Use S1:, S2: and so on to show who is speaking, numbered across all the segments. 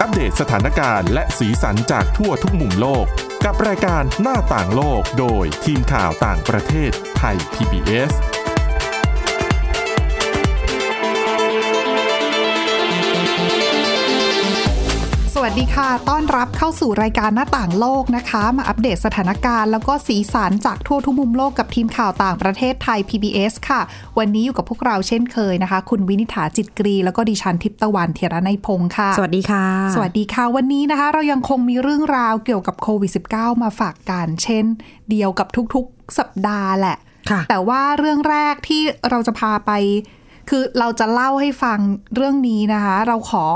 S1: อัปเดตสถานการณ์และสีสันจากทั่วทุกมุมโลก กับรายการหน้าต่างโลกโดยทีมข่าวต่างประเทศไทย PBS
S2: สวัสดีค่ะ ต้อนรับเข้าสู่รายการหน้าต่างโลกนะคะ มาอัปเดตสถานการณ์แล้วก็สีสันจากทั่วทุกมุมโลกกับทีมข่าวต่างประเทศไทย PBS ค่ะ วันนี้อยู่กับพวกเราเช่นเคยนะคะ คุณวินิษฐาจิตกรี แล้วก็ดิฉันทิพย์ตะวันเทยระในยพงค์ค่ะ
S3: สวัสดีค่ะ
S2: สวัสดีค่ะ วันนี้นะคะเรายังคงมีเรื่องราวเกี่ยวกับโควิด -19 มาฝากกันเช่น เดียวกับทุกๆสัปดาห์แหละ
S3: ค่ะ
S2: แต่ว่าเรื่องแรกที่เราจะพาไป คือเราจะเล่าให้ฟังเรื่องนี้นะคะ เราขอ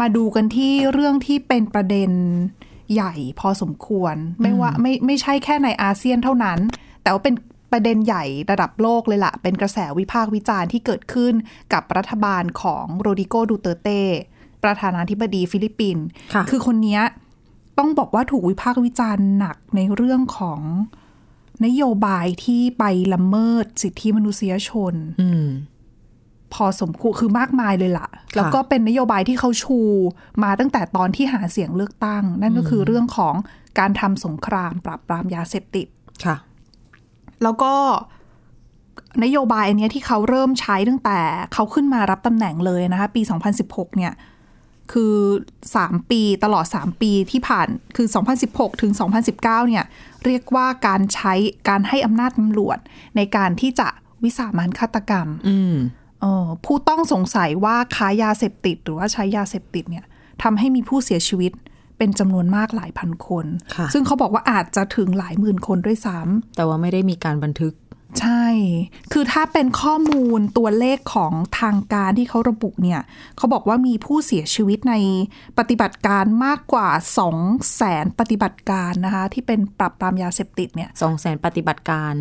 S2: มาดูกันที่เรื่องที่เป็นประเด็นใหญ่พอสมควร ไม่ว่าไม่ไม่ใช่แค่ในอาเซียนเท่านั้น แต่ว่าเป็นประเด็นใหญ่ระดับโลกเลยล่ะ เป็นกระแสวิพากษ์วิจารณ์ที่เกิดขึ้นกับรัฐบาลของโรดิโกดูเตอร์เต้ประธานาธิบดีฟิลิปปินส์
S3: ค่ะ
S2: คือคนเนี้ยต้องบอกว่าถูกวิพากษ์วิจารณ์หนักในเรื่องของนโยบายที่ไปละเมิดสิทธิมนุษยชน
S3: อืม
S2: พอสมควรคือมากมายเลยล่ะ แล้วก็เป็นนโยบายที่เขาชูมาตั้งแต่ตอนที่หาเสียงเลือกตั้ง นั่นก็คือเรื่องของการทำสงครามปราบปรามยาเสพติด
S3: ค่ะ
S2: แล้วก็นโยบายอันเนี้ยที่เขาเริ่มใช้ตั้งแต่เขาขึ้นมารับตำแหน่งเลยนะคะปี 2016 เนี่ย คือ 3 ปีตลอด 3 ปีที่ผ่านคือ 2016 ถึง 2019 เนี่ยเรียกว่าการใช้การให้อำนาจตำรวจในการที่จะวิสามันฆาตกรรม
S3: อืม
S2: เอ่อผู้ต้องสงสัยว่าค้ายาเสพติด หรือว่าใช้ยาเสพติดเนี่ยทำให้มีผู้เสียชีวิตเป็นจำนวนมากหลายพันคน
S3: ค่ะ
S2: ซึ่งเขาบอกว่าอาจจะถึงหลายหมื่นคนด้วยซ้ำ
S3: แต่ว่าไม่ได้มีการบันทึก
S2: ใช่ คือถ้าเป็นข้อมูลตัวเลขของทางการที่เขาระบุเนี่ย เขาบอกว่ามีผู้เสียชีวิตในปฏิบัติการมากกว่า 2 0 0แสนปฏิบัติการนะคะ ที่เป็นปรับปรามยาเสพติดเนี่ย
S3: สองแสนปฏิบัติการ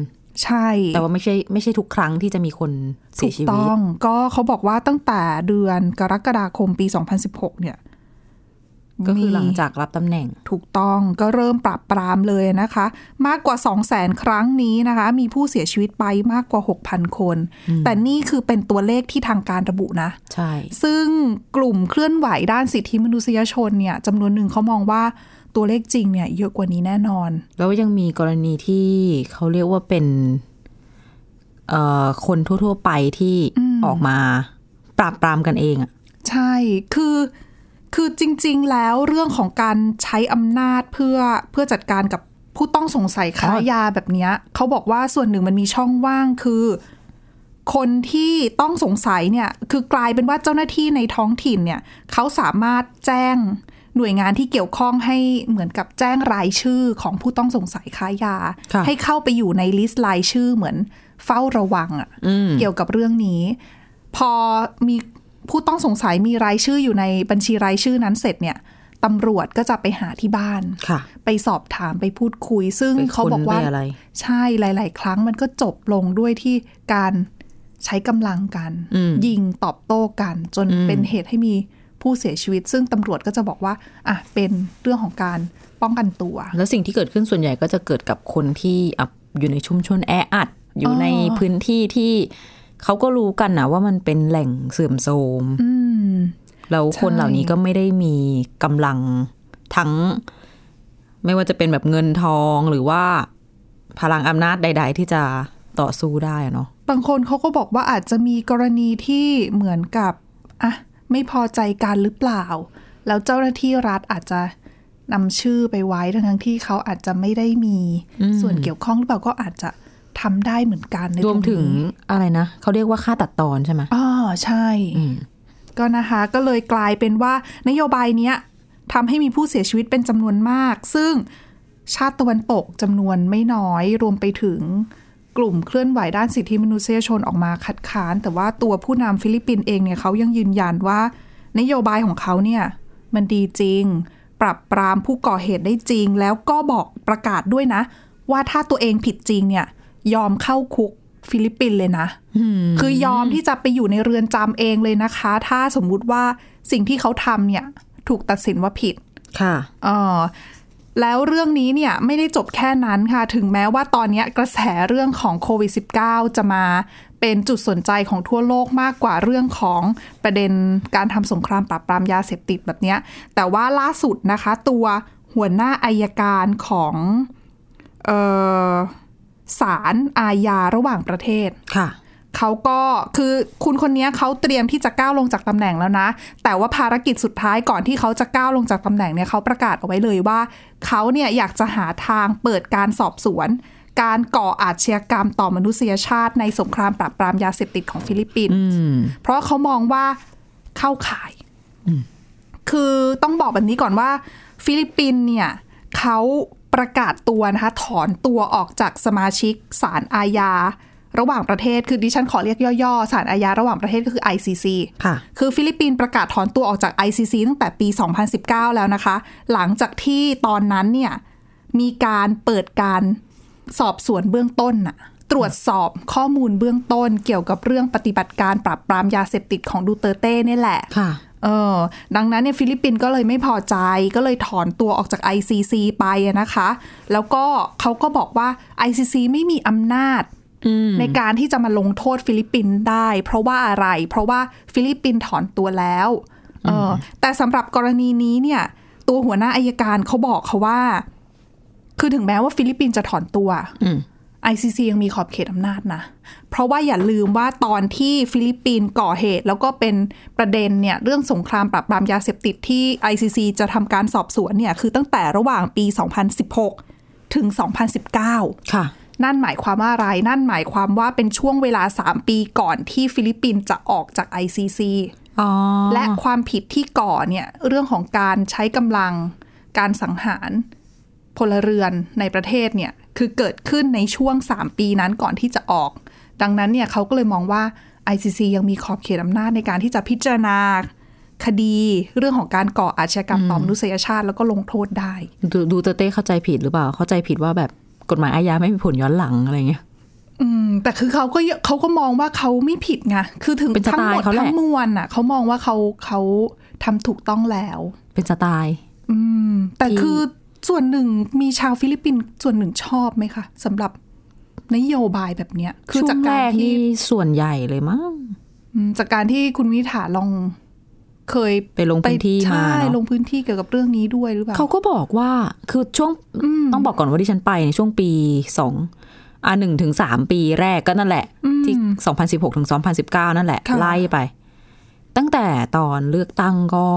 S2: ใช่
S3: แต่ว่าไม่ใช่ไม่ใช่ทุกครั้งที่จะมีคนเสี
S2: ถู
S3: ย
S2: ก
S3: ชีวิต
S2: ต้อง ก็เขาบอกว่าตั้งแต่เดือนกรกฎาคมปี 2016 เนี่ย
S3: ก็คือหลัง
S2: มี
S3: จากรับตำแหน่ง
S2: ถูกต้องก็เริ่มปรับปรามเลยนะคะ มากกว่า 2 0 0 0 0 0 ครั้งนี้นะคะ มีผู้เสียชีวิตไปมากกว่า 6,000 คน แต่นี่คือเป็นตัวเลขที่ทางการระบุนะ
S3: ใช่
S2: ซึ่งกลุ่มเคลื่อนไหวด้านสิทธิมนุษยชนเนี่ยจำนวนหนึ่งเขามองว่าตัวเลขจริงเนี่ยเยอะกว่านี้แน่นอน
S3: แล้วยังมีกรณีที่เขาเรียกว่าเป็น เอ่อ คนทั่ว ๆ ไปที่ออกมาปราบปรามกันเองอะ
S2: ใช่ คือ คือจริง ๆ แล้วเรื่องของการใช้อำนาจเพื่อ เพื่อจัดการกับผู้ต้องสงสัยค้ายาแบบเนี้ยเขาบอกว่าส่วนหนึ่งมันมีช่องว่างคือ คนที่ต้องสงสัยเนี่ย คือกลายเป็นว่าเจ้าหน้าที่ในท้องถิ่นเนี่ย เขาสามารถแจ้งหน่วยงานที่เกี่ยวข้องให้เหมือนกับแจ้งรายชื่อของผู้ต้องสงสัยค้ายา
S3: ค่ะ
S2: ให้เข้าไปอยู่ในลิสต์รายชื่อเหมือนเฝ้าระวังอะ
S3: อืม
S2: เกี่ยวกับเรื่องนี้ พอมีผู้ต้องสงสัยมีรายชื่ออยู่ในบัญชีรายชื่อนั้นเสร็จเนี่ยตำรวจก็จะไปหาที่บ้าน
S3: ค่ะ
S2: ไปสอบถามไปพูดคุย ซึ่ง
S3: ไป
S2: เขา
S3: ค้น
S2: บอกว่า
S3: ไปอะไร
S2: ใช่หลาย ๆ ครั้งมันก็จบลงด้วยที่การใช้กำลังกัน
S3: อืม
S2: ยิงตอบโต้กัน จน
S3: อืม
S2: เป็นเหตุให้มีผู้เสียชีวิต ซึ่งตำรวจก็จะบอกว่าอ่ะเป็นเรื่องของการป้องกันตัว
S3: แล้วสิ่งที่เกิดขึ้นส่วนใหญ่ก็จะเกิดกับคนที่อ่ะอยู่ในชุมชนแออัด อยู่
S2: อ๋อ
S3: ในพื้นที่ที่เขาก็รู้กันนะว่ามันเป็นแหล่งเสื่อมโทรม
S2: อืม
S3: แล้วคน
S2: ใช่
S3: เหล่านี้ก็ไม่ได้มีกำลังทั้ง ไม่ว่าจะเป็นแบบเงินทองหรือว่า พลังอำนาจใด ๆ ที่จะต่อสู้ได้อะเนาะ
S2: บางคนเขาก็บอกว่าอาจจะมีกรณีที่เหมือนกับอ่ะไม่พอใจกันหรือเปล่า แล้วเจ้าหน้าที่รัฐอาจจะนำชื่อไปไว้ทั้งๆที่เขาอาจจะไม่ได้มีส่วนเกี่ยวข้องหรือเปล่าก็อาจจะทำได้เหมือนกันใน
S3: รวมถึงอะไรนะเขาเรียกว่าค่าตัดตอนใช่ไหม
S2: อ๋อใช่
S3: อืม
S2: ก็นะคะก็เลยกลายเป็นว่านโยบายเนี้ยทำให้มีผู้เสียชีวิตเป็นจำนวนมาก ซึ่งชาติตะวันตกจำนวนไม่น้อยรวมไปถึงกลุ่มเคลื่อนไหวด้านสิทธิมนุษยชนออกมาคัดค้าน แต่ว่าตัวผู้นำฟิลิปปินส์เองเนี่ยเขายังยืนยันว่า นโยบายของเขาเนี่ยมันดีจริง ปรับปรามผู้ก่อเหตุได้จริง แล้วก็บอกประกาศด้วยนะ ว่าถ้าตัวเองผิดจริงเนี่ยยอมเข้าคุกฟิลิปปินส์เลยนะ คือยอมที่จะไปอยู่ในเรือนจำเองเลยนะคะ ถ้าสมมุติว่าสิ่งที่เขาทำเนี่ยถูกตัดสินว่าผิด
S3: ค่ะ
S2: เออแล้วเรื่องนี้เนี่ยไม่ได้จบแค่นั้นค่ะ ถึงแม้ว่าตอนเนี้ยกระแสเรื่องของโควิด -19 จะมา เป็นจุดสนใจของทั่วโลกมากกว่าเรื่องของประเด็นการทำสงครามปราบปรามยาเสพติดแบบเนี้ยแต่ว่าล่าสุดนะคะ ตัวหัวหน้าอายการของเอ่อศาลอาญาระหว่างประเทศ
S3: ค่ะ
S2: เขาก็คือคุณคนนี้เขาเตรียมที่จะก้าวลงจากตำแหน่งแล้วนะ แต่ว่าภารกิจสุดท้ายก่อนที่เขาจะก้าวลงจากตำแหน่งเนี่ยเขาประกาศเอาไว้เลยว่า เขาเนี่ยอยากจะหาทางเปิดการสอบสวน การก่ออาชญากรรมต่อมนุษยชาติในสงครามปราบปรามยาเสพติดของฟิลิปปินส์
S3: อืม
S2: เพราะเขามองว่าเข้าข่าย คือต้องบอกแบบนี้ก่อนว่า ฟิลิปปินส์เนี่ยเขาประกาศตัวนะคะ ถอนตัวออกจากสมาชิกศาลอาญา ระหว่างประเทศ คือดิฉันขอเรียกย่อๆศาลอาญาระหว่างประเทศก็คือ ICC
S3: ค่ะ
S2: คือฟิลิปปินส์ประกาศถอนตัวออกจาก ICC ตั้งแต่ปี 2019 แล้วนะคะ หลังจากที่ตอนนั้นเนี่ยมีการเปิดการสอบสวนเบื้องต้นน่ะตรวจสอบข้อมูลเบื้องต้น เกี่ยวกับเรื่องปฏิบัติการปราบปรามยาเสพติดของดูเตอร์เต้เนี่ยแหละ
S3: ค่ะ
S2: เออดังนั้นเนี่ยฟิลิปปินส์ก็เลยไม่พอใจก็เลยถอนตัวออกจาก ICC ไปอะนะคะ แล้วก็เขาก็บอกว่า ICC ไม่มีอำนาจ ในการที่จะมาลงโทษฟิลิปปินส์ได้ เพราะว่าอะไร เพราะว่าฟิลิปปินส์ถอนตัวแล้วเออแต่สำหรับกรณีนี้เนี่ย ตัวหัวหน้าอายการเขาบอกเขาว่า คือถึงแม้ว่าฟิลิปปินส์จะถอนตัว
S3: อืม
S2: ICC ยังมีขอบเขตอำนาจนะ เพราะว่าอย่าลืมว่าตอนที่ฟิลิปปินส์ก่อเหตุ แล้วก็เป็นประเด็นเนี่ยเรื่องสงครามปราบปรามยาเสพติดที่ ICC จะทำการสอบสวนเนี่ยคือตั้งแต่ระหว่างปี 2016 ถึง 2019
S3: ค่ะ
S2: นั่นหมายความว่าอะไร นั่นหมายความว่าเป็นช่วงเวลา 3 ปีก่อนที่ฟิลิปปินส์จะออกจาก ICC
S3: อ๋อ
S2: และความผิดที่ก่อเนี่ยเรื่องของการใช้กำลังการสังหารพลเรือนในประเทศเนี่ยคือเกิดขึ้นในช่วง 3 ปีนั้นก่อนที่จะออก ดังนั้นเนี่ยเขาก็เลยมองว่า ICC ยังมีขอบเขตอำนาจในการที่จะพิจารณาคดีเรื่องของการก่ออาชญากรรมต่อมนุษยชาติแล้วก็ลงโทษได้
S3: ดูดูเตอร์เต้เข้าใจผิดหรือเปล่า เข้าใจผิดว่าแบบกฎหมายอาญาไม่มีผลย้อนหลังอะไรเงี้ย
S2: อืมแต่คือเขาก็เขาก็มองว่าเขาไม่ผิดไงคือถึง
S3: เป็นส
S2: ทั้ง
S3: ไต
S2: ห
S3: ล์
S2: มด
S3: เขาแหละ
S2: ทั้งมวลอ่ะเขามองว่าเขาเขาทำถูกต้องแล้ว
S3: เป็นสไตล์
S2: อืมแต่
S3: ที่
S2: คือส่วนหนึ่งมีชาวฟิลิปปินส์ส่วนหนึ่งชอบไหมคะสำหรับนโยบายแบบเนี้ยคือ
S3: ช่ว
S2: จาก
S3: งแร
S2: การ
S3: ก
S2: ที่
S3: นี่ส่วนใหญ่เลยมั้ง
S2: อืมจากการที่คุณวิถาลองเคย
S3: ไปลงพื้นที่มา
S2: ใช่
S3: เนอะ
S2: ลงพื้นที่เกี่ยวกับเรื่องนี้ด้วยหรือเปล่า
S3: เขาก็บอกว่าคือช่วงต้องบอกก่อนว่าที่ฉันไปในช่วงปีสองอ่าหนึ่งถึงสามปีแรกก็นั่นแหละ ที่สองพันสิบหกถึงสองพันสิบเก้านั่นแหละ ไล่ไป ตั้งแต่ตอนเลือกตั้งก็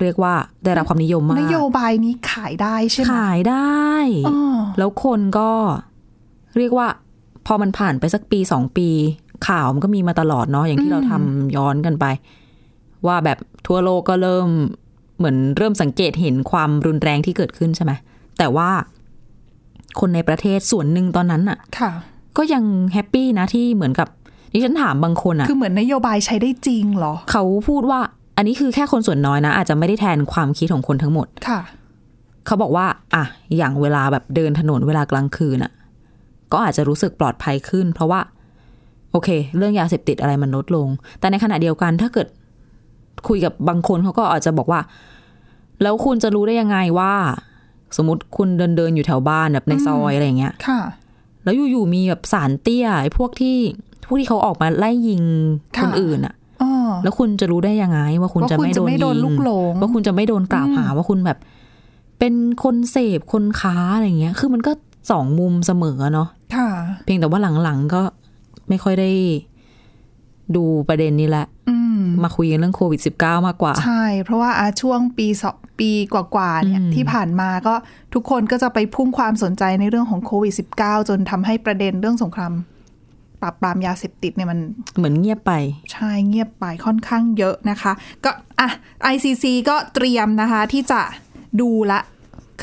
S3: เรียกว่าได้รับความนิยมมาก
S2: นโยบายนี้ขายได้ใช่ไหม
S3: ขายได้
S2: อ๋อ
S3: แล้วคนก็เรียกว่า พอมันผ่านไปสักปีสองปี ข่าวมันก็มีมาตลอดเนาะอย่างที่เราทำย้อนกันไป ว่าแบบทั่วโลกก็เริ่มเหมือนเริ่มสังเกตเห็นความรุนแรงที่เกิดขึ้นใช่ไหมแต่ว่าคนในประเทศส่วนหนึ่งตอนนั้นน่ะ
S2: ค่ะ
S3: ก็ยังแฮปปี้นะที่เหมือนกับดิฉันถามบางคนอ่ะ
S2: คือเหมือนนโยบายใช้ได้จริงเหรอ
S3: เขาพูดว่า อันนี้คือแค่คนส่วนน้อยนะ อาจจะไม่ได้แทนความคิดของคนทั้งหมด
S2: ค่ะ
S3: เขาบอกว่า อ่ะ อย่างเวลาแบบเดินถนนเวลากลางคืนอ่ะ ก็อาจจะรู้สึกปลอดภัยขึ้น เพราะว่า โอเค เรื่องยาเสพติดอะไรมันลดลง แต่ในขณะเดียวกันถ้าเกิดคุยกับบางคนเขาก็อาจจะบอกว่า แล้วคุณจะรู้ได้ยังไงว่า สมมติคุณเดินเดินๆอยู่แถวบ้านแบบในซอยอะไรอย่างเงี้ย
S2: ค่ะ
S3: แล้วอยู่ๆมีแบบสารเตี้ยไอ้พวกที่พวกที่เขาออกมาไล่ยิง
S2: ค่ะ
S3: คนอื่นอ่ะ
S2: อ๋อ
S3: แล้วคุณจะรู้ได้ยังไง ว่าคุณ
S2: ว่า
S3: จะ
S2: คุณ
S3: ไม่
S2: จะ
S3: โดน
S2: ไม่โดน
S3: ยิง
S2: ลูกหลง
S3: ว่าคุณจะไม่โดนกล่าวหาว่าคุณแบบ เป็นคนเสพคนค้าอะไรเงี้ย คือมันก็สองมุมเสมอเนาะ
S2: ค่ะ
S3: เพียงแต่ว่าหลังๆก็ไม่ค่อยได้ดูประเด็นนี้แหละ
S2: อืม
S3: มาคุยกันเรื่องโควิด -19 มากกว่า
S2: ใช่ เพราะว่าอ่ะช่วงปีสองปีกว่าๆเนี่ยที่ผ่านมาก็ทุกคนก็จะไปพุ่งความสนใจในเรื่องของโควิด -19 จนทำให้ประเด็นเรื่องสงครามปราบปรามยาเสพติดเนี่ยมัน
S3: เหมือนเงียบไป
S2: ใช่เงียบไปค่อนข้างเยอะนะคะ ก็อ่ะ ICC ก็เตรียมนะคะที่จะดูละ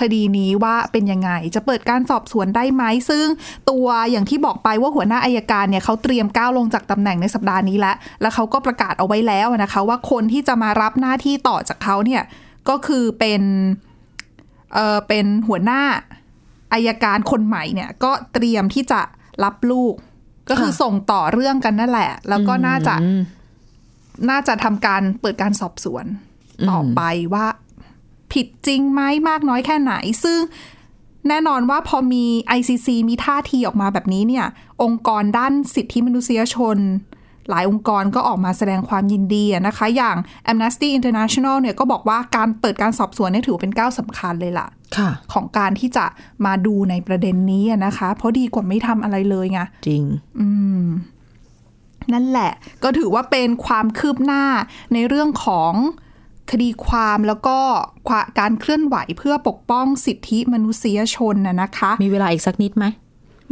S2: คดีนี้ว่าเป็นยังไง จะเปิดการสอบสวนได้ไหม ซึ่งตัวอย่างที่บอกไปว่าหัวหน้าอายการเนี่ยเขาเตรียมก้าวลงจากตำแหน่งในสัปดาห์นี้แล้ว แล้วเขาก็ประกาศเอาไว้แล้วนะคะ ว่าคนที่จะมารับหน้าที่ต่อจากเขาเนี่ยก็คือเป็นเออเป็นหัวหน้าอายการคนใหม่เนี่ยก็เตรียมที่จะรับลูก ก็คือ
S3: ค่ะ
S2: ส่งต่อเรื่องกันนั่นแหละ แล้วก็น่าจะ
S3: อืม
S2: น่าจะทำการเปิดการสอบสวนต่อไปว่าผิดจริงไหมมากน้อยแค่ไหน ซึ่ง แน่นอนว่าพอมี ICC มีท่าทีออกมาแบบนี้เนี่ย องค์กรด้านสิทธิมนุษยชน หลายองค์กรก็ออกมาแสดงความยินดีอะนะคะ อย่าง Amnesty International เนี่ยก็บอกว่าการเปิดการสอบสวนเนี่ยถือเป็นก้าวสำคัญเลยล่ะ
S3: ค่ะ
S2: ของการที่จะมาดูในประเด็นนี้อะนะคะ เพราะดีกว่าไม่ทำอะไรเลยไง
S3: จริง
S2: นั่นแหละ ก็ถือว่าเป็นความคืบหน้าในเรื่องของคดีความแล้วก็ความการเคลื่อนไหวเพื่อปกป้องสิทธิมนุษยชนนะนะคะ
S3: มีเวลาอีกสักนิดไหม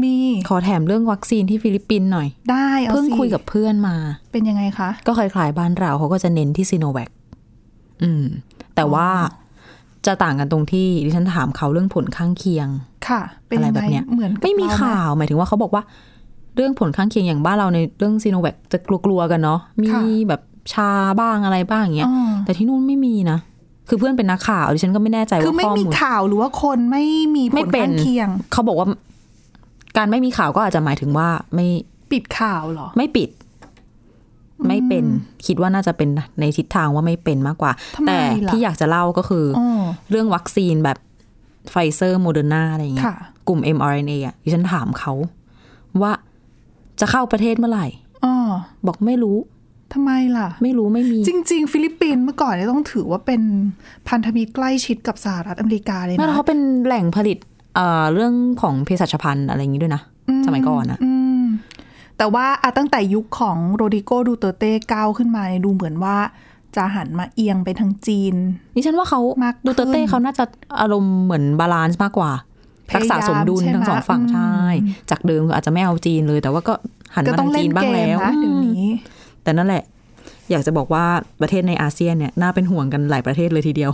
S2: มี
S3: ขอแถมเรื่องวัคซีนที่ฟิลิปปินส์หน่อย
S2: ได้อา
S3: เพิ่ง
S2: สิ
S3: คุยกับเพื่อนมา
S2: เป็นยังไงคะ
S3: ก็คล้ายๆบ้านเราเขาก็จะเน้นที่ซีโนแวคอืม แต่ว่าจะต่างกันตรงที่ดิฉันถามเขาเรื่องผลข้างเคียง
S2: ค่ะ เป็น
S3: อะไร
S2: ยัง
S3: แบบ
S2: ไง
S3: เนี้ย
S2: เหมือนกับ
S3: ไม่มี
S2: เรห
S3: ข่าวหมายถึงว่าเขาบอกว่า เรื่องผลข้างเคียงอย่างบ้านเราในเรื่องซีโนแวคจะกลัวๆกันเนาะมีแบบชาบ้างอะไรบ้างอย่างเงี้ย
S2: อ๋อ
S3: แต่ที่นู่นไม่มีนะ คือเพื่อนเป็นนักข่าวดิฉันก็ไม่แน่ใจ
S2: คือ
S3: ว่า
S2: ไม่
S3: ข้อ
S2: มี
S3: มูล
S2: ข่าวหรือว่าคนไม่มีผ
S3: ไม่
S2: ล
S3: เป็
S2: ข้า
S3: น
S2: งเคียง
S3: เขาบอกว่าการไม่มีข่าวก็อาจจะหมายถึงว่าไม่
S2: ปิดข่าวเหรอ
S3: ไม่ปิด ไม่เป็น คิดว่าน่าจะเป็นในทิศทางว่าไม่เป็นมากกว่า
S2: ทำไม
S3: แต่
S2: ล่ะ
S3: ที่อยากจะเล่าก็คืออ
S2: อ๋อ
S3: เรื่องวัคซีนแบบไฟเซอร์โมเดอร์นาอะไรอย่างเงี้ย
S2: ค่ะ
S3: กลุ่ม mRNA อ่ะดิฉันถามเขา ว่าจะเข้าประเทศเมื่อไหร่
S2: อ๋อ
S3: บอกไม่รู้
S2: ทำไมล่ะ
S3: ไม่รู้ไม่มี
S2: จริง ๆ ฟิลิปปินส์เมื่อก่อนเนี่ยต้องถือว่าเป็นพันธมิตรใกล้ชิดกับสหรัฐอเมริกาเลย
S3: ไม่
S2: นะ
S3: แล้วเขาเป็นแหล่งผลิตเอ่อเรื่องของเภสัชพันธุ์อะไรอย่างนี้ด้วยนะ สมัยก่อนนะ
S2: อืมแต่ว่าอะตั้งแต่ยุคของโรดิโกดูเตอร์เต้ก้าวขึ้นมาเนี่ยดูเหมือนว่า จะหันมาเอียงไปทางจีน
S3: ดิฉันว่าเขา
S2: มากขึ้น
S3: ดูเตอร์เต้เขาน่าจะอารมณ์เหมือนบาลานซ์มากกว่า
S2: พ
S3: รั
S2: ยายาม
S3: กษาสมดุล
S2: ใช่ไหม
S3: ทั้งสองฝั่ง
S2: อืม
S3: ใช่จากเดิมคืออาจจะไม่เอาจีนเลย แต่ว่าก็หัน
S2: ก็
S3: มา
S2: ต้อ
S3: ทาง ง
S2: เล่
S3: จี
S2: น
S3: นบ้า
S2: เกม
S3: งแล้ว
S2: นะเดี๋ยวนี้
S3: แต่นั่นแหละ อยากจะบอกว่าประเทศในอาเซียนเนี่ยน่าเป็นห่วงกันหลายประเทศเลยทีเดียว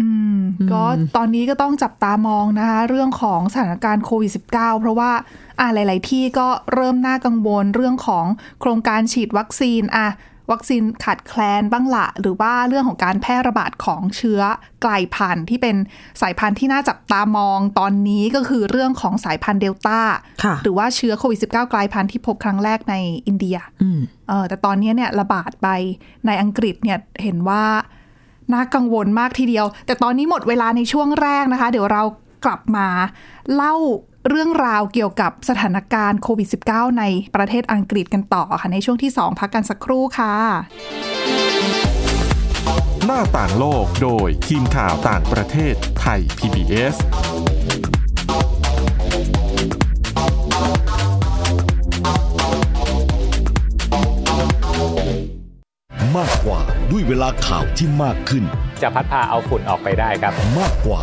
S2: อืมก็ตอนนี้ก็ต้องจับตามองนะคะ เรื่องของสถานการณ์โควิด -19 เพราะว่าอ่าหลาย ๆ ที่ก็เริ่มน่ากังวลเรื่องของโครงการฉีดวัคซีนอ่ะวัคซีนขาดแคลนบ้างละหรือว่าเรื่องของการแพร่ระบาดของเชื้อกลายพันธุ์ที่เป็นสายพันธุ์ที่น่าจับตามองตอนนี้ก็คือเรื่องของสายพันธุ์เดลต้า
S3: ค่ะ
S2: หรือว่าเชื้อโควิด -19 กลายพันธุ์ที่พบครั้งแรกในอินเดีย
S3: อืม
S2: เออแต่ตอนนี้เนี่ยระบาดไปในอังกฤษเนี่ยเห็นว่าน่ากังวลมากทีเดียว แต่ตอนนี้หมดเวลาในช่วงแรกนะคะ เดี๋ยวเรากลับมาเล่าเรื่องราวเกี่ยวกับสถานการณ์โควิด -19 ในประเทศอังกฤษกันต่อค่ะ ในช่วงที่ 2 พักกันสักครู่ค่ะ
S1: หน้าต่างโลกโดยทีมข่าวต่างประเทศไทย PBS
S4: มากกว่าด้วยเวลาข่าวที่มากขึ้น
S5: จะพัดพาเอาฝุ่นออกไปได้ครับ
S4: มากกว่า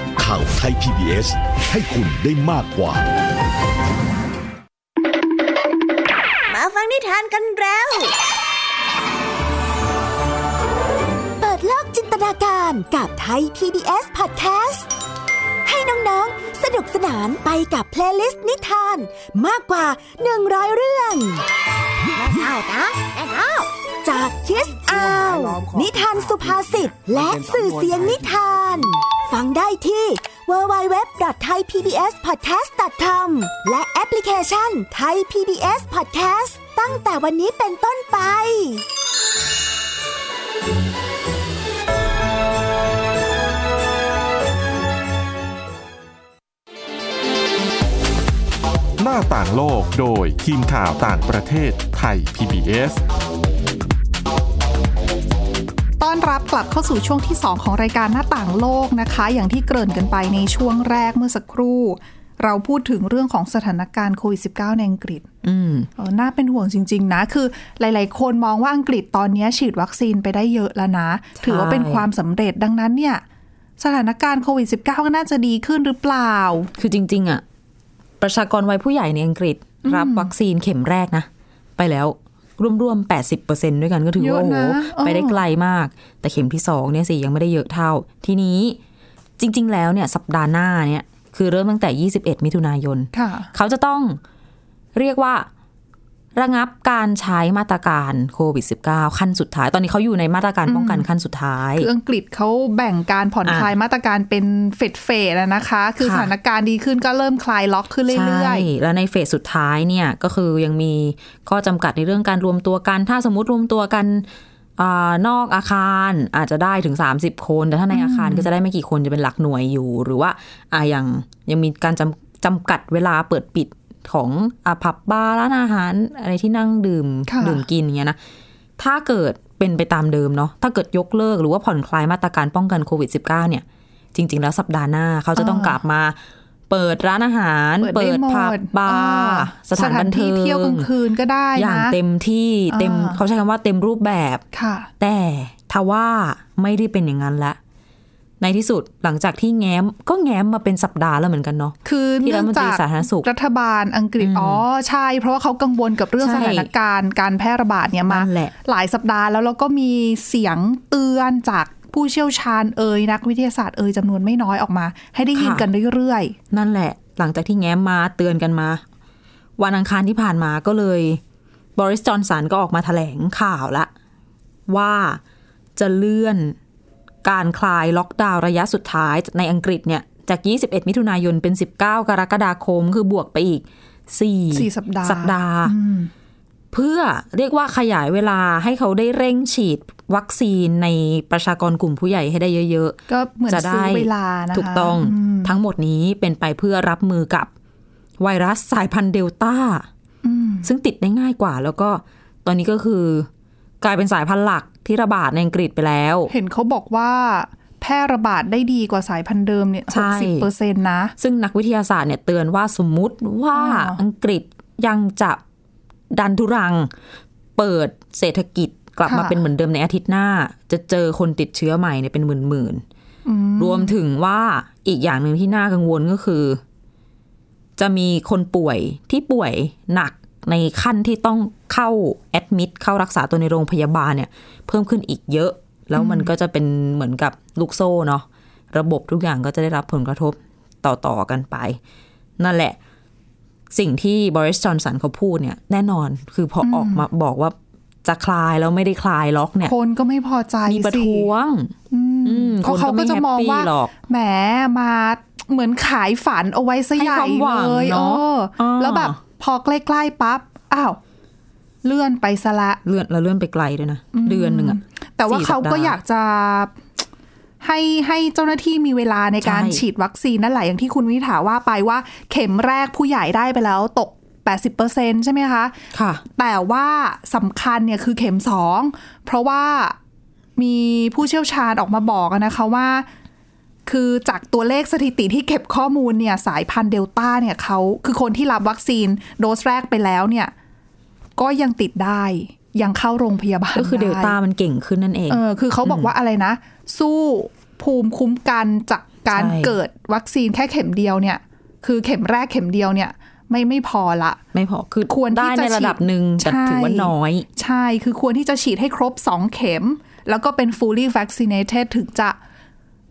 S4: ข่าวไทย PBS ให้คุณได้มากกว่า
S6: มาฟังนิทานกันแล้ว เปิดโลกจินตนาการกับไทย PBS Podcast ให้น้องๆ สนุกสนานไปกับเพลย์ลิสต์นิทาน มากกว่า 100 เรื่องเอานะเอาจากคิสอาวนิทานสุภาษิตและสื่อเสียงนิทาน ฟังได้ที่ www.thaipbspodcast.com และแอปพลิเคชัน Thai PBS Podcast ตั้งแต่วันนี้เป็นต้นไป
S1: หน้าต่างโลกโดยทีมข่าวต่างประเทศไทย PBS
S2: ต้อนรับกลับเข้าสู่ช่วงที่ 2 ของรายการหน้าต่างโลกนะคะ อย่างที่เกริ่นกันไปในช่วงแรกเมื่อสักครู่ เราพูดถึงเรื่องของสถานการณ์โควิด -19 ในอังกฤษ
S3: อืม
S2: เออน่าเป็นห่วงจริง ๆ นะ คือหลาย ๆ คนมองว่าอังกฤษตอนนี้ฉีดวัคซีนไปได้เยอะแล้วนะ ถือว่าเป็นความสำเร็จดังนั้นเนี่ย สถานการณ์โควิด -19 ก็น่าจะดีขึ้นหรือเปล่า
S3: คือจริง ๆอะประชากรวัยผู้ใหญ่ในอังกฤษ รับวัคซีนเข็มแรกนะ ไปแล้วรวมๆ 80%ด้วยกันก็ถือว่าโอ้โห
S2: เยอะนะเออ
S3: ไปได้ไกลมาก แต่เข็มที่สองเนี่ยสิยังไม่ได้เยอะเท่า ทีนี้จริง ๆ แล้วเนี่ยสัปดาห์หน้าเนี่ย คือเริ่มตั้งแต่ 21 มิถุนายน
S2: ค่ะ
S3: เขาจะต้อง เรียกว่าระงับการใช้มาตรการโควิด -19 ขั้นสุดท้าย ตอนนี้เขาอยู่ในมาตรการป้องกันขั้นสุดท้าย
S2: คืออังกฤษเขาแบ่งการผ่อน
S3: อ่ะ
S2: คลายมาตรการเป็นเฟดเฟดๆอะนะคะ คือส
S3: ค่ะ
S2: ถานการณ์ดีขึ้นก็เริ่มคลายล็อกขึ้นเรื่อย
S3: ใช่แล้วในเฟสสุดท้ายเนี่ยก็คือยังมีข้อจำกัดในเรื่องการรวมตัวกัน ถ้าสมมติรวมตัวกันอานอกอาคารอาจจะได้ถึง 30 คน แต่ถ้าในอาคารก็จะได้ไม่กี่คนจะเป็นหลักหน่วยอยู่ หรือว่าอ่ายังยังมีการจำจำกัดเวลาเปิดปิดของอาผับบาร์ร้านอาหารอะไรที่นั่งดื่ม
S2: ค่ะ
S3: ดื่มกินอย่างเงี้ยนะ ถ้าเกิดเป็นไปตามเดิมเนาะถ้าเกิดยกเลิกหรือว่าผ่อนคลายมาตรการป้องกันโควิด -19 เนี่ย จริง ๆ แล้วสัปดาห์หน้าเขาจะต้องกลับมา เปิดร้านอาหาร
S2: ๆ เปิดได้หม
S3: ผับ
S2: ด
S3: บา
S2: อ่
S3: ร์สถานบันเทิ
S2: ที่
S3: ง
S2: เที่ยวกลางคืนก็ได้
S3: อย่าง
S2: นะ
S3: เต็มที่เต็ม
S2: อ่า
S3: เขาใช้คำว่าเต็มรูปแบบ
S2: ค่ะ
S3: แต่ทว่าไม่ได้เป็นอย่างนั้นละ ในที่สุดหลังจากที่แง้มก็แง้มมาเป็นสัปดาห์แล้วเหมือนกันเนาะ
S2: คือ
S3: ที่รั
S2: เนื่อง
S3: ฐมนตรี
S2: จาก
S3: สาธารณสุข
S2: รัฐบาลอังกฤษอ๋อใช่ เพราะว่าเขากังวลกับเรื่อง
S3: ใช่
S2: สถานการณ์การแพร่ระบาดเนี่ยมา
S3: นั่นแหละ
S2: หลายสัปดาห์แล้วแล้วก็มีเสียงเตือนจากผู้เชี่ยวชาญเอ่ยนักวิทยาศาสตร์เอ่ยจำนวนไม่น้อยออกมา ให้ได้ยินกันเรื่อย
S3: นั่นแหละ หลังจากที่แง้มมาเตือนกันมา วันอังคารที่ผ่านมาก็เลยบริสจอนสันก็ออกมาแถลงข่าวละว่าจะเลื่อนการคลายล็อกดาวน์ระยะสุดท้ายในอังกฤษเนี่ย จาก 21 มิถุนายนเป็น 19 กรกฎาคม คือบวกไปอีก
S2: ๆสี่
S3: 4
S2: สัปดาห์
S3: สัปดาห์
S2: อืม
S3: เพื่อเรียกว่าขยายเวลาให้เขาได้เร่งฉีดวัคซีนในประชากรกลุ่มผู้ใหญ่ให้ได้เยอะ ๆ
S2: ก็เหมือน
S3: จะ
S2: ซื้
S3: ได้
S2: อเวลานะคะ
S3: ถูกต้อง
S2: ม
S3: ทั้งหมดนี้เป็นไปเพื่อรับมือกับไวรัสสายพันธุ์เดลต้า
S2: อืม
S3: ซึ่งติดได้ง่ายกว่า แล้วก็ตอนนี้ก็คือกลายเป็นสายพันธุ์หลักที่ระบาดในอังกฤษไปแล้ว
S2: เห็นเขาบอกว่าแพร่ระบาดได้ดีกว่าสายพันธุ์เดิมเนี่ย
S3: ใช่
S2: หกสิบเปอร์เซ็นต์นะ
S3: ซึ่งนักวิทยาศาสตร์เนี่ยเตือนว่าสมมุติว่า
S2: อ๋ออั
S3: อังกฤษยังจะดันทุรัง เปิดเศรษฐกิจกลับมา
S2: ค่ะ
S3: เป็นเหมือนเดิมในอาทิตย์หน้า จะเจอคนติดเชื้อใหม่เนี่ยเป็นหมื่นๆ
S2: อืม
S3: รวมถึงว่าอีกอย่างหนึ่งที่น่ากังวลก็คือ จะมีคนป่วยที่ป่วยหนักในขั้นที่ต้องเข้าแอดมิดเข้ารักษาตัวในโรงพยาบาลเนี่ย เพิ่มขึ้นอีกเยอะ แล้วมันก็จะเป็นเหมือนกับลูกโซ่เนาะระบบทุกอย่างก็จะได้รับผลกระทบต่อ ๆ กันไป นั่นแหละ สิ่งที่บริสจอนสันเขาพูดเนี่ย แน่นอนคือพอออกมาบอกว่าจะคลายแล้วไม่ได้คลายล็อกเนี่ย
S2: คนก็ไม่พอใจ
S3: มีประ
S2: สิ
S3: ท้วง
S2: อืมเพ
S3: คนก็
S2: ราะเขาก็จะมองว่า
S3: ไม่แฮปปี้หรอก
S2: แหมมาเหมือนขายฝันเอาไว้ซะ
S3: ให้
S2: ใหญ่
S3: ความหวัง
S2: เลย
S3: เนอะ
S2: อออา แล้วแบบพอใกล้ๆปั๊บอ้าวเลื่อนไปซะละ
S3: เลื่อนแล้วเลื่อนไปไกลด้วยนะ เดือนหนึ่งอะ
S2: แต่ว่า
S3: สี่
S2: เขาก็อยากจะให้ให้เจ้าหน้าที่มีเวลาในการ
S3: ใช่
S2: ฉีดวัคซีนนั่นแหละอย่างที่คุณวินิถาว่าไปว่าเข็มแรกผู้ใหญ่ได้ไปแล้วตก 80%ใช่ไหมคะ
S3: ค่ะ
S2: แต่ว่าสำคัญเนี่ยคือเข็มสองเพราะว่ามีผู้เชี่ยวชาญออกมาบอกอะนะคะว่า คือจากตัวเลขสถิติที่เก็บข้อมูลเนี่ยสายพันธุ์เดลต้าเนี่ยเขาคือคนที่รับวัคซีนโดสแรกไปแล้วเนี่ย ก็ยังติดได้ยังเข้าโรงพยาบาล
S3: ก็คือเดลต้า
S2: ไ
S3: มันเก่งขึ้นนั่นเอง
S2: เออคือเขาบอกว่าอะไรนะ สู้ภูมิคุ้มกันจากการ
S3: ใช่
S2: เกิดวัคซีนแค่เข็มเดียวเนี่ย คือเข็มแรกเข็มเดียวเนี่ย ไม่ไม่พอละ
S3: ไม่พอคือ
S2: ควรที่
S3: ได้ในระดับหนึ่ง
S2: จะฉีด
S3: แต่ถือว่า
S2: ใช่
S3: น้อย
S2: ใช่ คือควรที่จะฉีดให้ครบ 2 เข็ม แล้วก็เป็น fully vaccinated ถึงจะ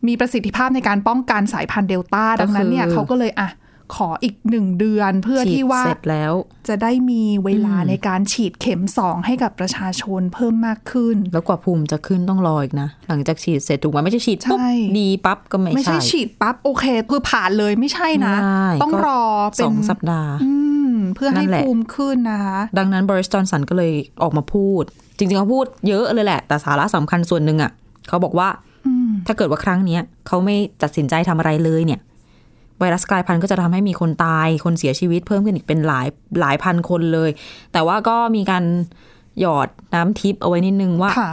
S2: มีประสิทธิภาพในการป้องกันสายพันธุ์เดลต้า
S3: ก็
S2: ดัง
S3: คือ
S2: นั้นเนี่ยเขาก็เลยอ่ะ ขออีกหนึ่งเดือนเพื่อ
S3: ฉี
S2: ที่
S3: ด
S2: ว่า
S3: เสร็จแล้ว
S2: จะได้มีเวลาในการฉีดเข็ม 2 ให้กับประชาชนเพิ่มมากขึ้น
S3: แล้วกว่าภูมิจะขึ้นต้องรออีกนะ หลังจากฉีดเสร็จถูกไหมไม่ใช่ฉีดปุ๊บ
S2: ใช่
S3: ดีปั๊บก็ไม่
S2: ไม่ใช่
S3: ใช่
S2: ฉีดปั๊บโอเคเพื่อผ่านเลยไม่ใช่นะ
S3: ไม่ได้
S2: ต้อง
S3: ก็
S2: รอเป็
S3: ส
S2: น
S3: องสัปดาห์
S2: อืมเพื่อให้
S3: นั่นแหละ
S2: ภูมิขึ้นนะคะ
S3: ดังนั้นบริสจอนสันก็เลยออกมาพูด จริงๆเขาพูดเยอะเลยแหละ แต่สาระสำคัญส่วนหนึ่งอะ่ะเขาบอกว่าถ้าเกิดว่าครั้งเนี้ยเขาไม่ตัดสินใจทำอะไรเลยเนี่ย ไวรัสกลายพันธุ์ก็จะทำให้มีคนตายคนเสียชีวิตเพิ่มขึ้นอีกเป็นหลายหลายพันคนเลย แต่ว่าก็มีการหยอดน้ำทิปเอาไว้นิดนึงว่า
S2: ค่ะ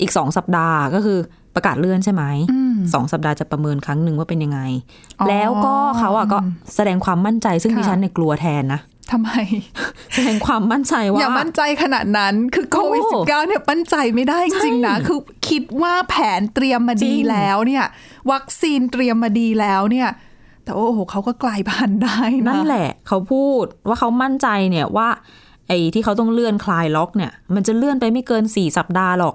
S3: อีกสองสัปดาห์ก็คือประกาศเลื่อนใช่ไหมสองสัปดาห์จะประเมินครั้งหนึ่งว่าเป็นยังไง
S2: อ๋อ
S3: แล้วก็เขาอ่ะก็แสดงความมั่นใจซึ่ง
S2: ค่ะ
S3: ดิฉันเนี่ยกลัวแทนนะ
S2: ทำไม
S3: แสดงความมั่นใจว่า
S2: อย่ามั่นใจขนาดนั้น คือโค
S3: โอ้
S2: วิด19เนี่ยมั่นใจไม่ได้จริงๆนะ คือคิดว่าแผนเตรียมมาดี
S3: จริง
S2: แล้วเนี่ย วัคซีนเตรียมมาดีแล้วเนี่ย แต่โอ้โหเขาก็กลายพันธุ์ได้นะ
S3: นั่นแหละเขาพูดว่าเขามั่นใจเนี่ยว่า ไอ้ที่เขาต้องเลื่อนคลายล็อกเนี่ย มันจะเลื่อนไปไม่เกินสี่สัปดาห์หรอก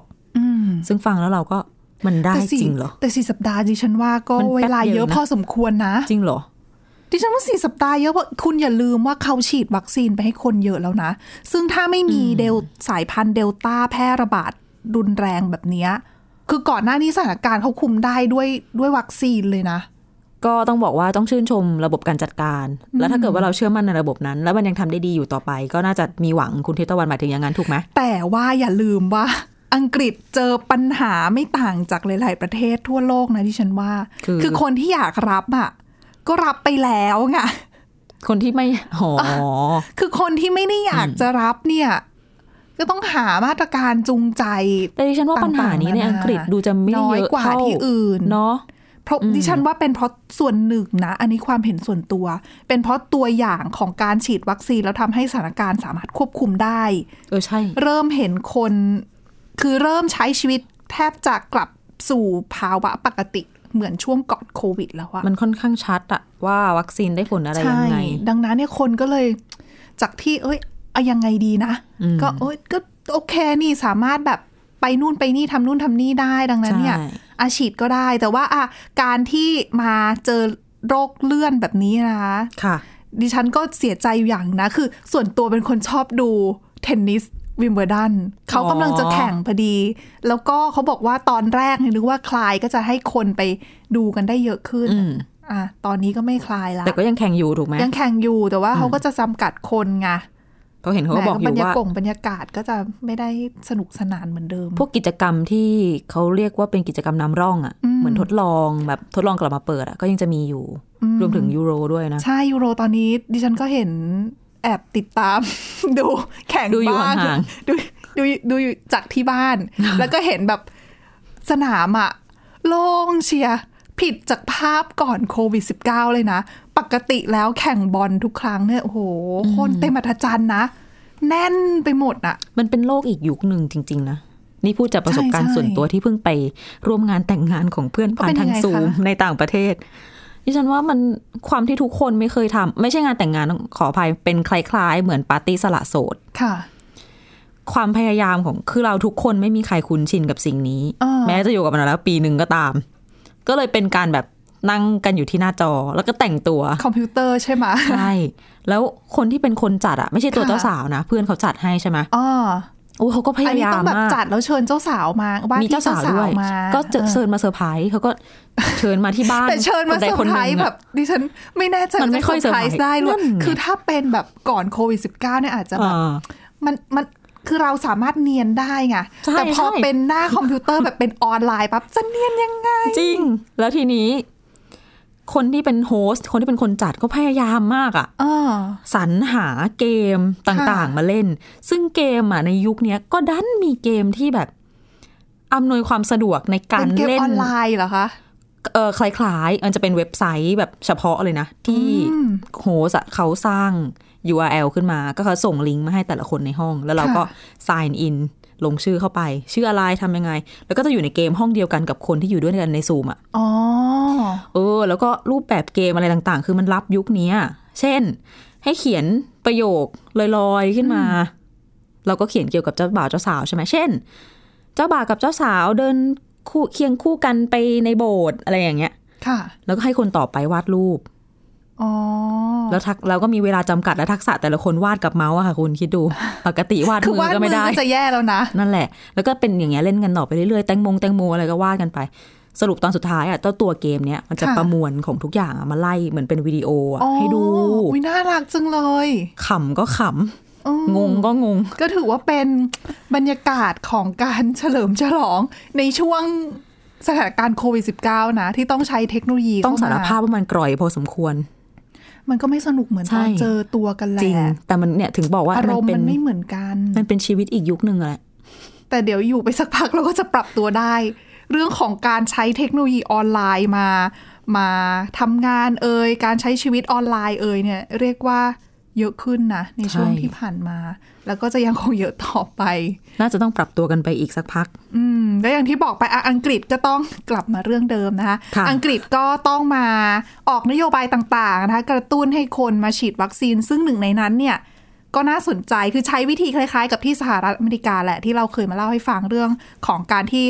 S3: ซึ่งฟังแล้วเราก็มันได้
S2: แต่สี่
S3: จริงเหรอ
S2: แต่สี่สัปดาห์ดิฉันว่าก็
S3: มันแป๊บ
S2: เวลา
S3: เดี
S2: เย
S3: ยว
S2: อะ
S3: นะ
S2: พอสมควรนะ
S3: จริงเหรอ
S2: ดิฉันว่าสี่สัปดาห์เยอะเพราะคุณอย่าลืมว่าเขาฉีดวัคซีนไปให้คนเยอะแล้วนะ ซึ่งถ้าไม่มีเดลสายพันธุ์เดลต้าแพร่ระบาดรุนแรงแบบเนี้ยคือก่อนหน้านี้สถานการณ์เขาคุมได้ด้วยด้วยวัคซีนเลยนะ
S3: ก็ต้องบอกว่าต้องชื่นชมระบบการจัดการ แล้วถ้าเกิดว่าเราเชื่อมั่นในระบบนั้น แล้วมันยังทำได้ดีอยู่ต่อไป ก็น่าจะมีหวังคุณทิพย์ตะวันหมายถึงอย่างนั้นถูกไหม
S2: แต่ว่าอย่าลืมว่า อังกฤษเจอปัญหาไม่ต่างจากหลาย ๆ ประเทศทั่วโลกนะที่ฉันว่า
S3: คือ
S2: อคนที่อยากรับอ่ะก็รับไปแล้วไง
S3: คนที่ไม่อ๋อ
S2: คือคนที่ไม่ได้อยากจะรับเนี่ย ก็ต้องหามาตรการจูงใจ
S3: แต่ดิฉันว่าปัญหานี้ในอังกฤษดูจะไม่ได้
S2: น้อ
S3: เยอะ
S2: ยกว่า
S3: เท่า
S2: ที่อื่น
S3: เนาะ
S2: เพราะดิฉันว่าเป็นเพราะส่วนหนึ่งนะ อันนี้ความเห็นส่วนตัว เป็นเพราะตัวอย่างของการฉีดวัคซีนแล้วทำให้สถานการณ์สามารถควบคุมได้
S3: เออใช่
S2: เริ่มเห็นคน คือเริ่มใช้ชีวิตแทบจะกลับสู่ภาวะปกติเหมือนช่วงก่อนโควิดแล้วอะ
S3: มันค่อนข้างชัดอะว่าวัคซีนได้ผลอะไรยังไง
S2: ดังนั้นเนี่ยคนก็เลย จากที่ เอ้ยเอายังไงดีนะ ก็เอ้ยก็โอเคนี่สามารถแบบไปนู่นไปนี่ทำนู่นทำนี่ได้ดังนั้นเนี่ย
S3: ใช่
S2: อาฉีดก็ได้ แต่ว่าอะการที่มาเจอโรคเลื่อนแบบนี้นะ
S3: ค่ะ
S2: ดิฉันก็เสียใจอยู่อย่างนะ คือส่วนตัวเป็นคนชอบดูเทนนิสวิมเบอร์ดันเขากำลังจะแข่งพอดี แล้วก็เขาบอกว่าตอนแรกเนี่ยนึกว่าคลายก็จะให้คนไปดูกันได้เยอะขึ้น
S3: อืม
S2: อ่ะตอนนี้ก็ไม่คลายละ
S3: แต่ก็ยังแข่งอยู่ถูกไหม
S2: ยังแข่งอยู่แต่ว่าเขาก็จะจำกัดคนไง
S3: เพราะเห็นเขาก็บอกอ
S2: แหมบร
S3: ยู่
S2: รยา
S3: ว่า
S2: กงบรรยากาศก็จะไม่ได้สนุกสนานเหมือนเดิม
S3: พวกกิจกรรมที่เขาเรียกว่าเป็นกิจกรรมนำร่องอะ
S2: อืม
S3: เหมือนทดลองแบบทดลองกลับมาเปิดอะก็ยังจะมีอยู่ รวมถึงยูโรด้วยนะ
S2: ใช่ยูโรตอนนี้ดิฉันก็เห็นแอบติดตาม ดูแข่ง
S3: ดูอยู่
S2: บ้าง
S3: ห่าง
S2: ดูดูดูอยู่จากที่บ้าน แล้วก็เห็นแบบสนามอะโล่งเชียร์ผิดจากภาพก่อนโควิด -19 เลยนะ ปกติแล้วแข่งบอลทุกครั้งเนี่ยโอ้โห คนเต็มอัธจันทร์นะ แน่นไปหมดอะ
S3: มันเป็นโลกอีกยุคหนึ่งจริง ๆ นะ นี่พูดจากประสบการ
S2: ใช่
S3: ณ์
S2: ใช่
S3: ส่วนตัวที่เพิ่งไปร่วมงานแต่งงานของเพื่อนผ่าน
S2: เป็นยั
S3: ทาง ง
S2: ไง
S3: ซูม
S2: คะ
S3: ในต่างประเทศดิฉันว่ามันความที่ทุกคนไม่เคยทำไม่ใช่งานแต่งงานขออภัยเป็นคล้ายๆ เหมือนปาร์ตี้สละโสด
S2: ค่ะ
S3: ความพยายามของคือเราทุกคนไม่มีใครคุ้นชินกับสิ่งนี้
S2: อ่า
S3: แม้จะอยู่กับมันมาแล้วปีหนึ่งก็ตาม ก็เลยเป็นการแบบนั่งกันอยู่ที่หน้าจอแล้วก็แต่งตัว
S2: คอมพิวเตอร์ใช่ไหมะ
S3: ใช่ แล้วคนที่เป็นคนจัดอะไม่ใช่ตัวเจ้าสาวนะ เพื่อนเขาจัดให้ใช่ไหม
S2: อ๋อ
S3: โอ้เขาก็พ
S2: อัน
S3: ยา
S2: นี้
S3: ยา
S2: ต้อง
S3: ม
S2: แบบ
S3: มาก
S2: จัดแล้วเชิญเจ้าสาวมาว่า
S3: มี
S2: ที่
S3: เจ้าสาวด้วย
S2: มา
S3: ก็เจอ
S2: ออ
S3: เชิญมาเซอร์ไพรส์เขาก็เชิญมาที่บ้าน
S2: แต่เชิญมา
S3: คนใด
S2: เซอ
S3: คน
S2: ร์
S3: ห
S2: ไพร
S3: นึ่
S2: ส์
S3: ง
S2: แบ
S3: อะ
S2: บดิฉันไม่แน่ใจ
S3: มัน
S2: ว่า
S3: ไม่
S2: จะ
S3: ค่
S2: เซอ
S3: อย
S2: ร์ไพรส์ได้หร
S3: เซอร์ไพรส์นั่
S2: อก
S3: นไง
S2: คือถ้าเป็นแบบก่อนโควิด -19 เนี่ยอาจจะแบบ
S3: อ่า
S2: มันมันคือเราสามารถเนียนได้ไง
S3: ใช่
S2: แต่พอ
S3: ใช่
S2: เป็นหน้าคอมพิวเตอร์แบบเป็นออนไลน์ปั๊บจะเนียนยังไง
S3: จริง แล้วทีนี้ คนที่เป็นโฮสต์คนที่เป็นคนจัดก็พยายามมากอะ
S2: เออ
S3: สรรหาเกมต่างๆ มาเล่น ซึ่งเกมอ่ะในยุคเนี้ยก็ดันมีเกมที่แบบอำนวยความสะดวกในกา
S2: เป็
S3: ร
S2: นเกม
S3: เล่
S2: ออนไลน์เหรอคะ
S3: เออคล้ายๆ มันจะเป็นเว็บไซต์แบบเฉพาะเลยนะ ที่
S2: อืม
S3: โฮสต์อะเขาสร้าง URL ขึ้นมา ก็เขาส่งลิงก์มาให้แต่ละคนในห้อง แล้วเราก็
S2: ค่ะ
S3: sign in ลงชื่อเข้าไป ชื่ออะไรทำยังไง แล้วก็จะอยู่ในเกมห้องเดียวกันกับคนที่อยู่ด้วยกันในซูมอ่ะ
S2: อ๋อ
S3: เออแล้วก็รูปแบบเกมอะไรต่างๆ คือมันรับยุคนี้อะเช่น ให้เขียนประโยคลอยๆขึ้นมา เราก็เขียนเกี่ยวกับเจ้าบ่าวเจ้าสาวใช่ไหมเช่น เจ้าบ่าวกับเจ้าสาวเดินคู่เคียงคู่กันไปในโบสถ์อะไรอย่างเงี้ย
S2: ค่ะ
S3: แล้วก็ให้คนต่อไปวาดรูป
S2: อ๋อ
S3: แล้วทักเราก็มีเวลาจำกัดและทักษะแต่ละคนวาดกับเมาส์อะค่ะคุณคิดดู ปกติวาด
S2: คือ
S3: มือ
S2: วาด
S3: ก็
S2: มื
S3: ไม่
S2: อ
S3: ได้
S2: ก็จะแย่แล้วนะ
S3: นั่นแหละ แล้วก็เป็นอย่างเงี้ยเล่นกันต่อไปเรื่อยๆ แตงโมงแตงโมอะไรก็ว่ากันไป สรุปตอนสุดท้ายอ่ะเจ้าตัวเกมเนี้ยมันจะ
S2: ค่ะ
S3: ประมวลของทุกอย่างอะมาไล่เหมือนเป็นวิดีโออะ
S2: อ๋อ
S3: ให้ดู
S2: อุ้ยน่ารักจังเลย
S3: ขำก็ข
S2: อืม
S3: ำ งงก็งง
S2: ก็ถือว่าเป็นบรรยากาศของการเฉลิมฉลองในช่วงสถานการณ์โควิด -19 นะ ที่ต้องใช้เทคโนโลยี
S3: ต้องสารภาพ
S2: เข้
S3: ว่ามันกร่อยพอสมควร
S2: มมันก็ไม่สนุกเหมือนต
S3: ใช่
S2: อนเจอตัวกันแห
S3: จริ
S2: ละ
S3: ง แต่มันเนี่ยถึงบอกว่า
S2: อาร
S3: มัน
S2: มณ์
S3: เป็
S2: มัน นไม่เหมือนกัน
S3: มันเป็นชีวิตอีกยุคหนึ่งอะแหละ
S2: แต่เดี๋ยวอยู่ไปสักพักเราก็จะปรับตัวได้ เรื่องของการใช้เทคโนโลยีออนไลน์มา มาทำงานเอ่ยการใช้ชีวิตออนไลน์เอ่ยเนี่ยเรียกว่าเยอะขึ้นนะในช่วง
S3: ใช่
S2: ที่ผ่านมา แล้วก็จะยังคงเยอะต่อไป
S3: น่าจะต้องปรับตัวกันไปอีกสักพัก
S2: อืมก็อย่างที่บอกไปอ่ะอังกฤษก็ต้องกลับมาเรื่องเดิมนะคะ
S3: ค่ะ
S2: อังกฤษก็ต้องมาออกนโยบายต่างๆนะคะกระตุ้นให้คนมาฉีดวัคซีน ซึ่งหนึ่งในนั้นเนี่ย ก็น่าสนใจคือใช้วิธีคล้ายๆ กับที่สหรัฐอเมริกาแหละที่เราเคยมาเล่าให้ฟังเรื่องของการที่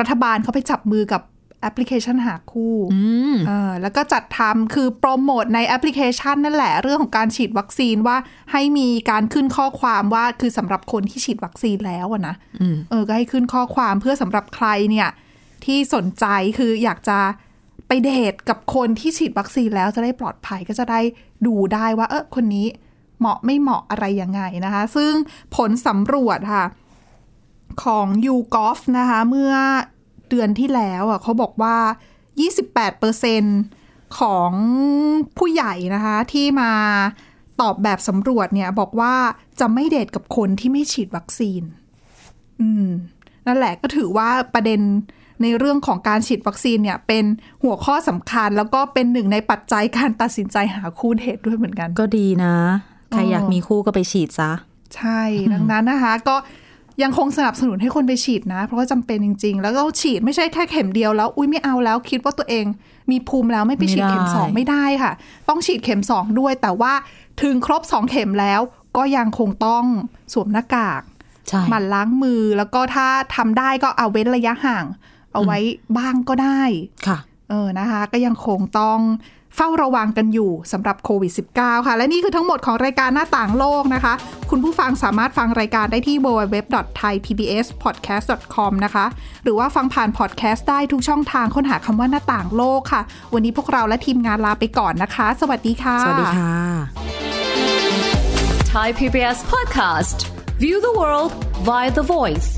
S2: รัฐบาลเขาไปจับมือกับ แอปพลิเคชันหาคู่
S3: อืม
S2: เออแล้วก็จัดทำคือโปรโมทในแอปพลิเคชันนั่นแหละเรื่องของการฉีดวัคซีนว่าให้มีการขึ้นข้อความว่าคือสำหรับคนที่ฉีดวัคซีนแล้วอะนะ
S3: อืม
S2: เออก็ให้ขึ้นข้อความเพื่อสำหรับใครเนี่ยที่สนใจคืออยากจะไปเดทกับคนที่ฉีดวัคซีนแล้วจะได้ปลอดภัยก็จะได้ดูได้ว่าเออคนนี้เหมาะไม่เหมาะอะไรยังไงนะคะ ซึ่งผลสำรวจค่ะ ของ u g o f นะคะเมื่อเดือนที่แล้วอ่ะเขาบอกว่า 28%ของผู้ใหญ่นะคะที่มาตอบแบบสำรวจเนี่ยบอกว่าจะไม่เดทกับคนที่ไม่ฉีดวัคซีน อืม นั่นแหละก็ถือว่าประเด็นในเรื่องของการฉีดวัคซีนเนี่ยเป็นหัวข้อสำคัญ แล้วก็เป็นหนึ่งในปัจจัยการตัดสินใจหาคู่เดทด้วยเหมือนกัน
S3: ก็ดีนะ ใครอยากมีคู่ก็ไปฉีดซะ
S2: ใช่ ดังนั้นนะคะ ก็ยังคงสนับสนุนให้คนไปฉีดนะ เพราะว่าจำเป็นจริง ๆ แล้วก็ฉีดไม่ใช่แค่เข็มเดียวแล้ว อุ้ยไม่เอาแล้วคิดว่าตัวเองมีภูมิแล้วไม่ไปฉีด
S3: ไม่ได้
S2: เข็มสองไม่ได้ค่ะ ต้องฉีดเข็มสองด้วย แต่ว่าถึงครบสองเข็มแล้ว ก็ยังคงต้องสวมหน้ากาก
S3: ใช่
S2: หมั่นล้างมือแล้วก็ถ้าทำได้ก็เอาเว้นระยะห่าง เอาไว้บ้างก็ได้
S3: ค่ะ
S2: เออนะคะ ก็ยังคงต้องเฝ้าระวังกันอยู่สำหรับโควิด -19 ค่ะ และนี่คือทั้งหมดของรายการหน้าต่างโลกนะคะ คุณผู้ฟังสามารถฟังรายการได้ที่ www.thaipbspodcast.com นะคะ หรือว่าฟังผ่านพอดแคสต์ได้ทุกช่องทางค้นหาคำว่าหน้าต่างโลกค่ะ วันนี้พวกเราและทีมงานลาไปก่อนนะคะ สวัสดีค่ะ
S3: สวัสดีค่ะ
S7: Thai PBS podcast. View the world via the voice.